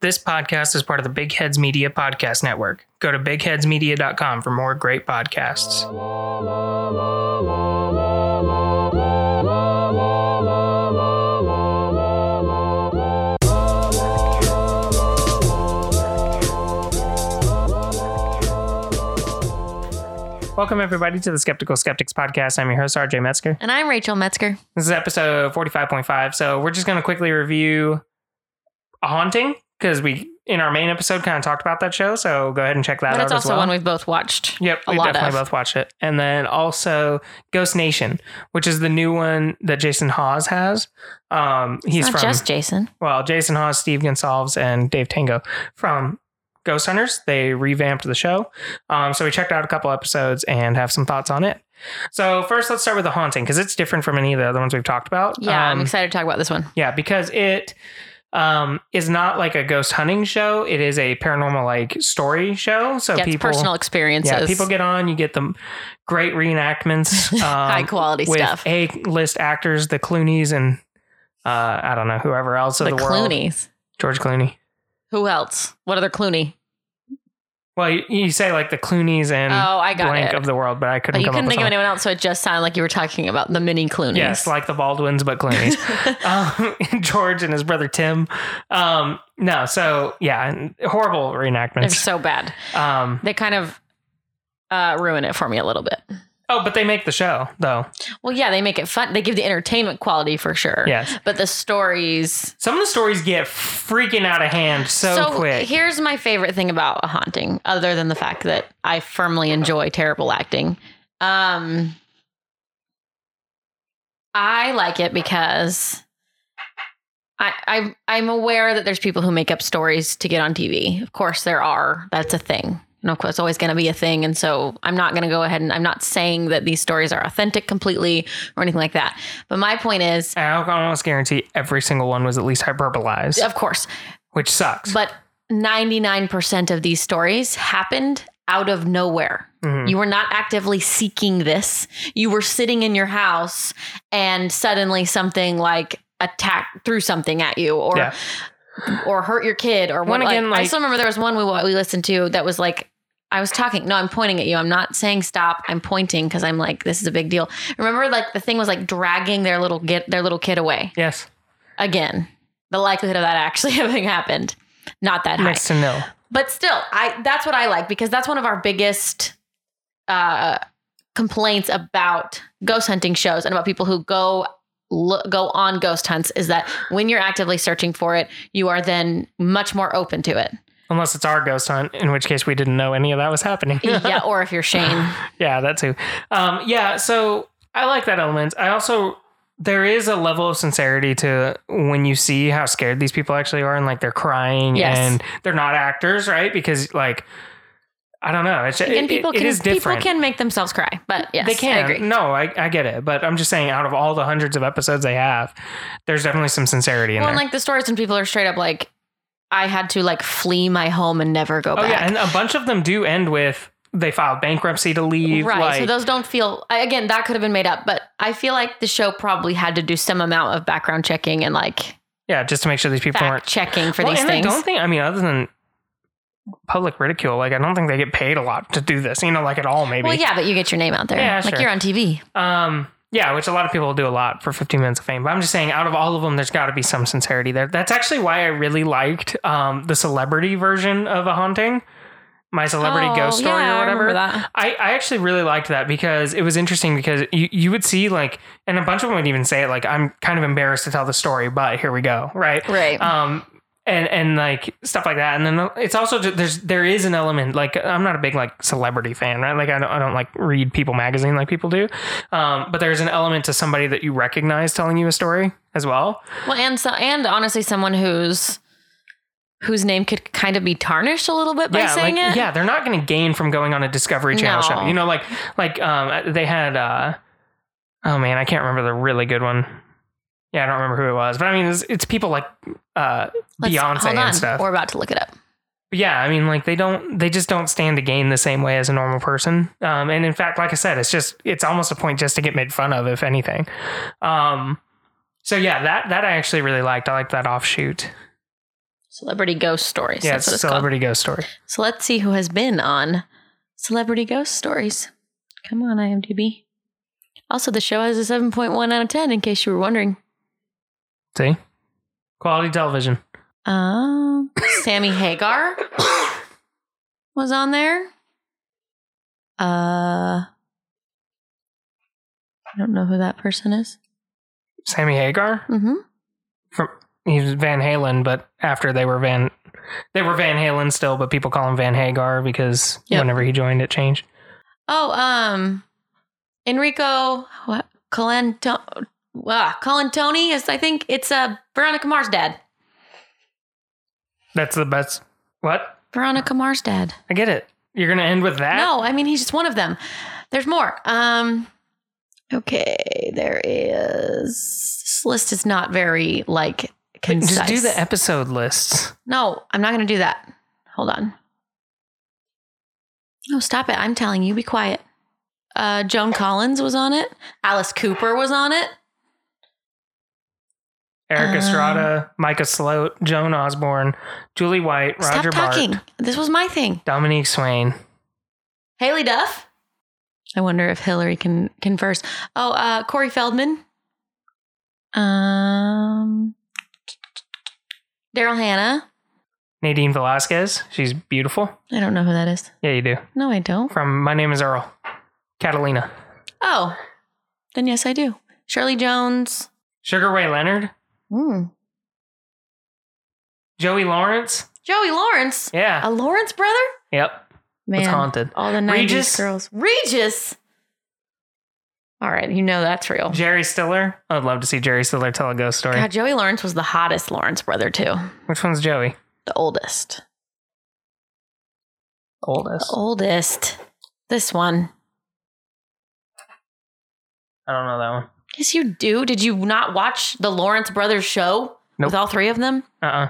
This podcast is part of the Big Heads Media Podcast Network. Go to bigheadsmedia.com for more great podcasts. Welcome, everybody, to the Skeptical Skeptics Podcast. I'm your host, RJ Metzger. And I'm Rachel Metzger. This is episode 45.5. So we're just going to quickly review A Haunting because we, in our main episode, kind of talked about that show. So go ahead and check that but out it's as also well. one we've both watched. Yep, a we lot definitely of. both watched it. And then also Ghost Nation, which is the new one that Jason Hawes has. Um, he's Not from just Jason. well, Jason Hawes, Steve Gonsalves, and Dave Tango from Ghost Hunters. They revamped the show. Um, so we checked out a couple episodes and have some thoughts on it. So first, let's start with the haunting because it's different from any of the other ones we've talked about. Yeah, I'm Um, excited to talk about this one. yeah, because it um, is not like a ghost hunting show. It is a paranormal like story show. So yeah, it's people personal experiences. yeah, people get on. You get the great reenactments, um, high quality with stuff. A list actors, the Clooney's, and uh, I don't know whoever else The of the world. Clooney's. George Clooney. Who else? What other Clooney? Well, you, you say like the Clooney's and oh, I got blank it. of the world, but I couldn't but you come couldn't up think of with anyone else, so it just sounded like you were talking about the mini Clooney's. one. Yes, like the Baldwins, but Clooney's. um, George and his brother Tim. Um, no, so yeah, and horrible They're reenactments. so bad. Um, They kind of uh, ruin it for me a little bit. oh, but they make the show though. Well, yeah, they make it fun. They give the entertainment quality for sure. Yes. But the stories Some of the stories get freaking out of hand so, quick. Here's my favorite thing about a haunting, other than the fact that I firmly enjoy terrible acting. Um, I like it because I, I I'm aware that there's people who make up stories to get on TV. Of course, there are. That's a thing. And of course, it's always going to be a thing. And so I'm not going to go ahead and I'm not saying that these stories are authentic completely or anything like that. But my point is, And I can almost guarantee every single one was at least hyperbolized, of course, which sucks. But 99% of these stories happened out of nowhere. Mhm. You were not actively seeking this. You were sitting in your house and suddenly something like attacked threw something at you or Yeah. or hurt your kid or When what again, I like- still remember there was one we wa- we listened to that was like I was talking. No, I'm pointing at you. I'm not saying stop. I'm pointing because I'm like this is a big deal. Remember, like the thing was like dragging their little get their little kid away yes, again. The likelihood of that actually having happened, not that high next to nil. but still i that's what i like because that's one of our biggest uh complaints about ghost hunting shows and about people who go look, go on ghost hunts is that when you're actively searching for it you are then much more open to it Unless it's our ghost hunt, in which case we didn't know any of that was happening. yeah or if you're shane yeah, that too. Um, yeah, so I like that element. I also there is a level of sincerity to when you see how scared these people actually are and like they're crying Yes. and they're not actors, right? Because like I don't know, it's again it- people it- can it is people different. can make themselves cry but yes they can. i agree No, I, I get it, but I'm just saying, out of all the hundreds of episodes they have, there's definitely some sincerity in well and there. like the stories when people are straight up like i had to like flee my home and never go oh back yeah, and a bunch of them do end with they filed bankruptcy to leave. Right. like- so those don't feel, I- again, that could have been made up, but I feel like the show probably had to do some amount of background checking and like yeah, just to make sure these people fact aren't checking for Well, these and things. I don't think. I mean, other than public ridicule, like I don't think they get paid a lot to do this. You know, like at all, maybe. Well, yeah, but you get your name out there. Yeah, like sure. you're on TV. Um, yeah, which a lot of people do a lot for 15 minutes of fame. But I'm just saying, out of all of them, there's got to be some sincerity there. That's actually why I really liked um, the celebrity version of a haunting, my celebrity Oh, ghost story yeah, or I whatever. remember that. I, I actually really liked that because it was interesting because you, you would see like and a bunch of them would even say it like I'm kind of embarrassed to tell the story, but here we go. Right. Right. Um and and like stuff like that. And then it's also ju- there's there is an element like I'm not a big like celebrity fan, right? Like I don't I don't like read People magazine like people do. Um but there's an element to somebody that you recognize telling you a story as well. well, and so, and honestly, someone who's, whose name could kind of be tarnished a little bit by yeah, saying like, it. yeah, they're not going to gain from going on a Discovery Channel No. show. You know, like like um, they had uh, oh man, I can't remember the really good one. Yeah, I don't remember who it was, but I mean, it's, it's people like uh, Let's- Beyonce hold on. and stuff. We're about to look it up. yeah, I mean, like they don't, they just don't stand to gain the same way as a normal person. Um, and in fact, like I said, it's just, it's almost a point just to get made fun of, if anything. Um, so yeah, that that I actually really liked. I liked that offshoot. Celebrity ghost stories. yeah, That's it's what a it's called. celebrity ghost story. So let's see who has been on Celebrity Ghost Stories. Come on, IMDb. Also, the show has a 7.1 out of 10, in case you were wondering. See, quality television. Um, Sammy Hagar was on there. Uh, I don't know who that person is. Sammy Hagar Mm-hmm. from he was Van Halen, but after they were Van, they were Van Halen still, but people call him Van Hagar because Yep. whenever he joined, it changed. Oh, um, Enrico what, Colento, uh, Colantoni is, I think it's uh, Veronica Mars' dad. That's the best. What? Veronica Mars' dad. I get it. You're gonna end with that? No, I mean he's just one of them. There's more. Um okay, there is this list is not very like But concise. Just do the episode lists. No, I'm not gonna do that. Hold on. No, stop it. I'm telling you, be quiet. Uh Joan Collins was on it. Alice Cooper was on it. Eric Um, Estrada, Micah Sloat, Joan Osborne, Julie White, Roger stop talking. Bart, This was my thing. Dominique Swain. Haley Duff. I wonder if Hillary can converse. Oh, uh, Corey Feldman. Um, Daryl Hannah. Nadine Velasquez. She's beautiful. I don't know who that is. Yeah, you do. No, I don't. From My Name is Earl. Catalina. Oh, then yes, I do. Shirley Jones. Sugar Ray Leonard. Hmm. Joey Lawrence. Joey Lawrence. Yeah. A Lawrence brother? yep. Oh, Man, It's haunted. all the 90s Regis. girls. Regis. All right, you know that's real. Jerry Stiller. I would love to see Jerry Stiller tell a ghost story. God, Joey Lawrence was the hottest Lawrence brother, too. Which one's Joey? The oldest. The Oldest. oldest. This one. I don't know that one. Yes, you do. Did you not watch the Lawrence Brothers show Nope. with all three of them? Uh uh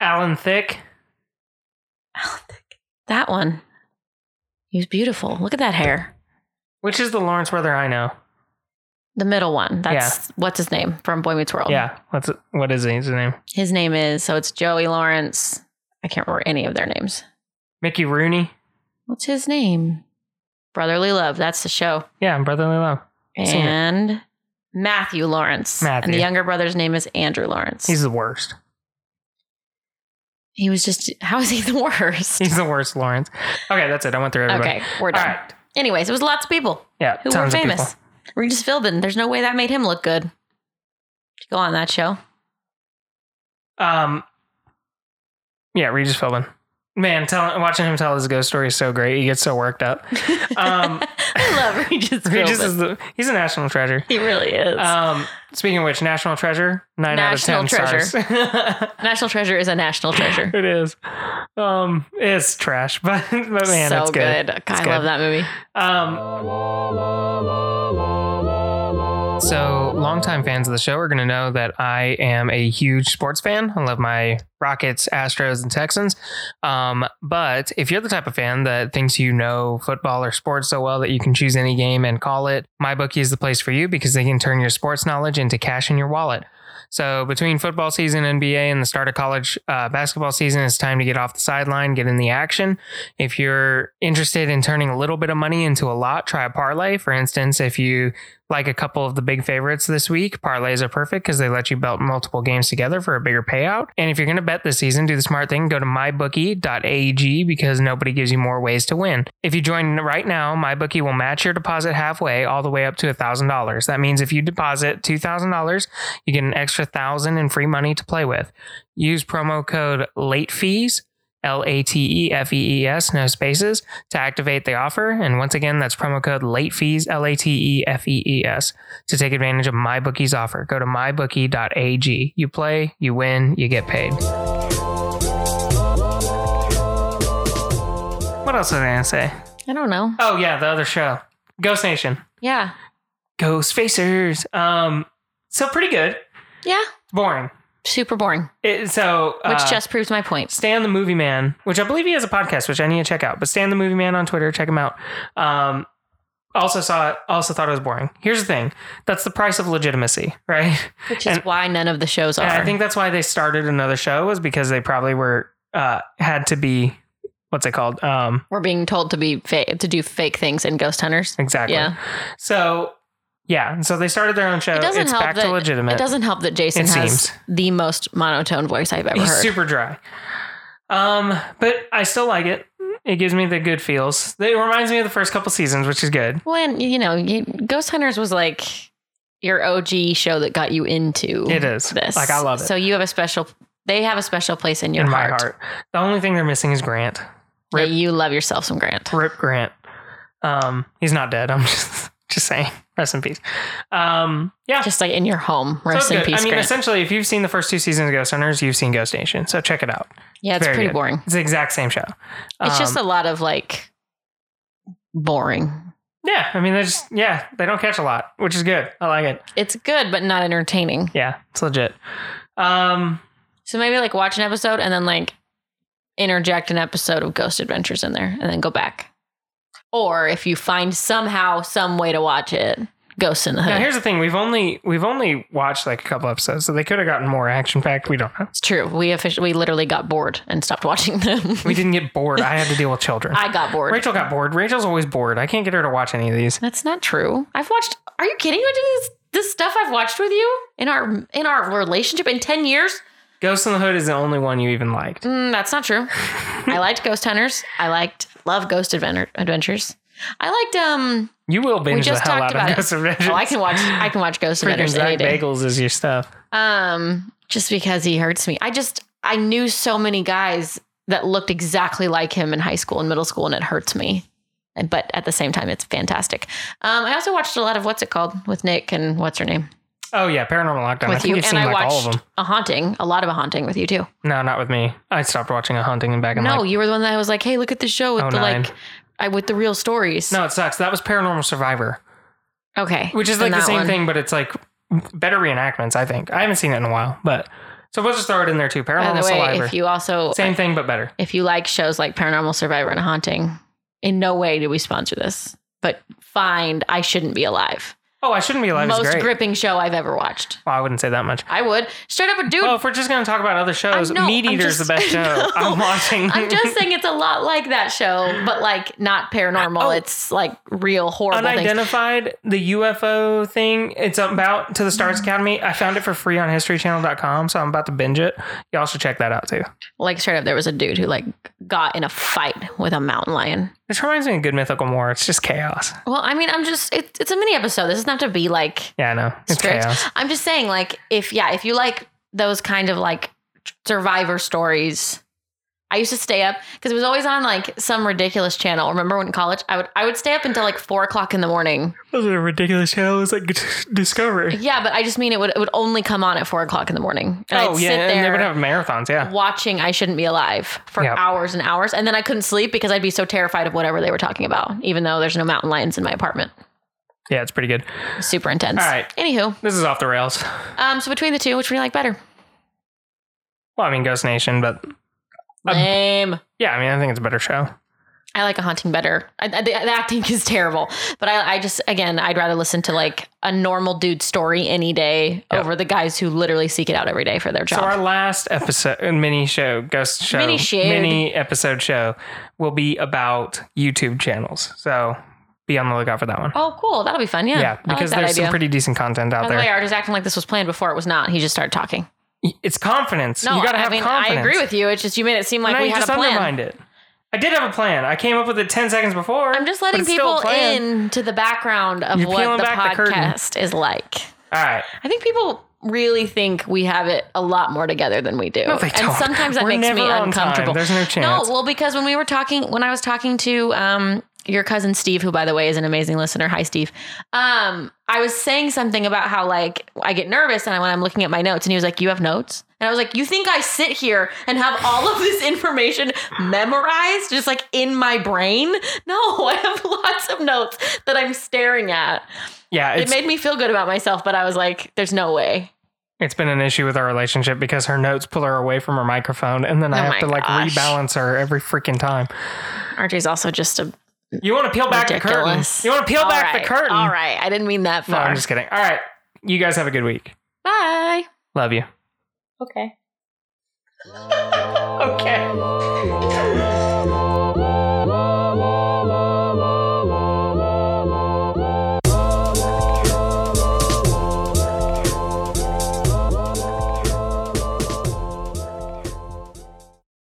Alan Thick. That one. He was beautiful. Look at that hair. Which is the Lawrence brother I know? The middle one. That's what's his name from Boy Meets World. Yeah. What's it, what is his name? His name is so it's Joey Lawrence. I can't remember any of their names. Mickey Rooney. What's his name? Brotherly Love. That's the show. Yeah, Brotherly Love. Seen it. And Matthew Lawrence. And Matthew. the younger brother's name is Andrew Lawrence. He's the worst. he was just how is he the worst? He's the worst, Lawrence. Okay, that's it. I went through everybody. Okay, we're All done. right. Anyways, it was lots of people. Yeah. who tons were of people. famous. Regis Philbin. There's no way that made him look good. To go on that show. Um, yeah, Regis Philbin. Man, tell, watching him tell his ghost story is so great. He gets so worked up. Um, I love Regis Philbin. Regis is the he's a national treasure. he really is. Um, speaking of which, national treasure nine National out of ten stars. national Treasure is a national treasure. it is. Um, it's trash, but but Oh, man, so it's good. God, I good. love that movie. Um, so, longtime fans of the show are going to know that I am a huge sports fan. I love my Rockets, Astros, and Texans. Um, but if you're the type of fan that thinks you know football or sports so well that you can choose any game and call it, MyBookie is the place for you because they can turn your sports knowledge into cash in your wallet. So between football season, NBA, and the start of college uh, basketball season, it's time to get off the sideline, get in the action. If you're interested in turning a little bit of money into a lot, try a parlay. For instance, if you like a couple of the big favorites this week, parlays are perfect because they let you belt multiple games together for a bigger payout. And if you're going to bet this season, do the smart thing. Go to mybookie.ag because nobody gives you more ways to win. If you join right now, MyBookie will match your deposit halfway, all the way up to $1,000. That means if you deposit $2,000, you get an extra 1000 in free money to play with. Use promo code LATEFEES L A T E F E E S, no spaces, to activate the offer. And once again, that's promo code late fees, L A T E F E E S, to take advantage of MyBookie's offer. Go to mybookie.ag. You play, you win, you get paid. What else was I going to say? I don't know. Oh, yeah, the other show Ghost Nation, Yeah. Ghost Facers. Um, so pretty good. Yeah. Boring. Super boring. It, so Which uh, just proves my point. Stan the Movie Man, which I believe he has a podcast, which I need to check out. But Stan the Movie Man on Twitter, check him out. Um, also saw it, also thought it was boring. Here's the thing that's the price of legitimacy, right? which is And- why none of the shows are. And I think that's why they started another show was because they probably were uh had to be what's it called? Um we're being told to be fake, to do fake things in Ghost Hunters. exactly. Yeah, So yeah, and so they started their own show. It doesn't it's help back to that- legitimate. it doesn't help that Jason It has seems. the most monotone voice I've ever He's heard. super dry. Um, but I still like it. It gives me the good feels. It reminds me of the first couple seasons, which is good. when you know you, Ghost Hunters was like your OG show that got you into It is. this. Like I love it So you have a special. They have a special place in your in my heart. heart. The only thing they're missing is Grant. Yeah, Rip. you love yourself some Grant. Rip Grant. Um, he's not dead. I'm just just saying. Rest in peace. Um, yeah. Just like in your home. So Rest in good. peace, I mean, Grant. essentially, if you've seen the first two seasons of Ghost Hunters, you've seen Ghost Nation. So check it out. yeah, it's very pretty good. boring. It's the exact same show. It's just Um, a lot of like boring. yeah. I mean, they just yeah, they don't catch a lot, which is good. I like it. It's good, but not entertaining. Yeah, it's legit. Um, So maybe like watch an episode and then like interject an episode of Ghost Adventures in there and then go back. Or if you find somehow some way to watch it, Ghost in the Hood. Now here's the thing: we've only we've only watched like a couple episodes, so they could have gotten more action packed. We don't know. it's true. We officially we literally got bored and stopped watching them. We didn't get bored. I had to deal with children. I got bored. Rachel got bored. Rachel's always bored. I can't get her to watch any of these. That's not true. I've watched. Are you kidding? What is this, this stuff I've watched with you in our in our relationship in ten years? Ghost in the Hood is the only one you even liked. Mm, that's not true. I liked Ghost Hunters. I liked love Ghost Adven- Adventures. I liked um. You will binge the just hell out talked about of it. Ghost Adventures. Oh, I can watch. I can watch Ghost Freaking Adventures any Zach day. Bagels is your stuff. Um, just because he hurts me. I just I knew so many guys that looked exactly like him in high school and middle school, and it hurts me. And but at the same time, it's fantastic. Um, I also watched a lot of what's it called with Nick and what's her name. Oh yeah, Paranormal Lockdown. I with think you, you've and seen I like watched all of them. a haunting, a lot of a haunting with you too. No, not with me. I stopped watching a hunting and back in no, like you were the one that I was like, "Hey, look at the show with Oh, the nine. like, I, with the real stories." no, it sucks. That was Paranormal Survivor, okay, which is then like the that same one. thing, but it's like better reenactments. I think I haven't seen it in a while, but so we'll just throw it in there too. By Paranormal the way, Survivor, if you also same thing but better. if you like shows like Paranormal Survivor and Haunting, in no way do we sponsor this. But find I shouldn't be alive. Oh, I shouldn't be alive. Most is great. gripping show I've ever watched. Well, I wouldn't say that much. I would straight up a dude. Well, if we're just gonna talk about other shows, I know, Meat I'm Eater's just- the best show. I know. I'm watching. I'm just saying it's a lot like that show, but like not paranormal. Oh. It's like real horrible things. Unidentified, the UFO thing. It's about to the Stars Mm-hmm. Academy. I found it for free on HistoryChannel.com, so I'm about to binge it. Y'all should check that out too. Like straight up, there was a dude who like got in a fight with a mountain lion. This reminds me of Good Mythical More. It's just chaos. Well, I mean, I'm just it, it's a mini episode. This doesn't have to be like Yeah, I know. It's strict. chaos. I'm just saying, like, if yeah, if you like those kind of like survivor stories, I used to stay up because it was always on like some ridiculous channel. Remember when in college, I would I would stay up until like four o'clock in the morning. Those are ridiculous shows like Discovery. Yeah, but I just mean it would it would only come on at four o'clock in the morning. And Oh I'd yeah, sit and they there would have marathons. Yeah, watching I Shouldn't Be Alive for Yep. hours and hours, and then I couldn't sleep because I'd be so terrified of whatever they were talking about. Even though there's no mountain lions in my apartment, yeah, it's pretty good. super intense. All right. Anywho, This is off the rails. um, so between the two, which one do you like better? Well, I mean Ghost Nation, but Um, Lame. yeah, I mean I think it's a better show. I like a haunting better. I, I- the, the acting is terrible, but I, I just again, I'd rather listen to like a normal dude story any day Yeah. over the guys who literally seek it out every day for their job. So our last episode, uh, mini show, ghost show, Mini showed. mini episode show will be about YouTube channels. So be on the lookout for that one. oh, cool, that'll be fun. Yeah, I like because that there's idea. some pretty decent content By out the way, there. Art is acting like this was planned before it was not. He just started talking. It's confidence. No, you got to I have mean confidence. I agree with you. It's just you made it seem like now we you had a just plan. undermined it. I did have a plan. I came up with it ten seconds before. I'm just but letting it's still a people plan. into the background of You're what peeling the back the curtain. podcast is like. All right. I think people really think we have it a lot more together than we do. No, they and don't. sometimes that We're makes me never on time. uncomfortable. There's no chance. No, well, because when we were talking, when I was talking to um, your cousin Steve, who by the way is an amazing listener. Hi, Steve. Um, I was saying something about how like I get nervous and I, when I'm looking at my notes, and he was like, "You have notes." And I was like, you think I sit here and have all of this information memorized, just like in my brain? No, I have lots of notes that I'm staring at Yeah, it it's made me feel good about myself, but I was like, there's no way. it's been an issue with our relationship because her notes pull her away from her microphone, and then I Oh have my to like gosh. rebalance her every freaking time. RJ's also just a You want to peel back Ridiculous. the curtain. You want to peel All back right. the curtain. All right. I didn't mean that No, far. I'm just kidding. All right. You guys have a good week. Bye. Love you. Okay. Okay.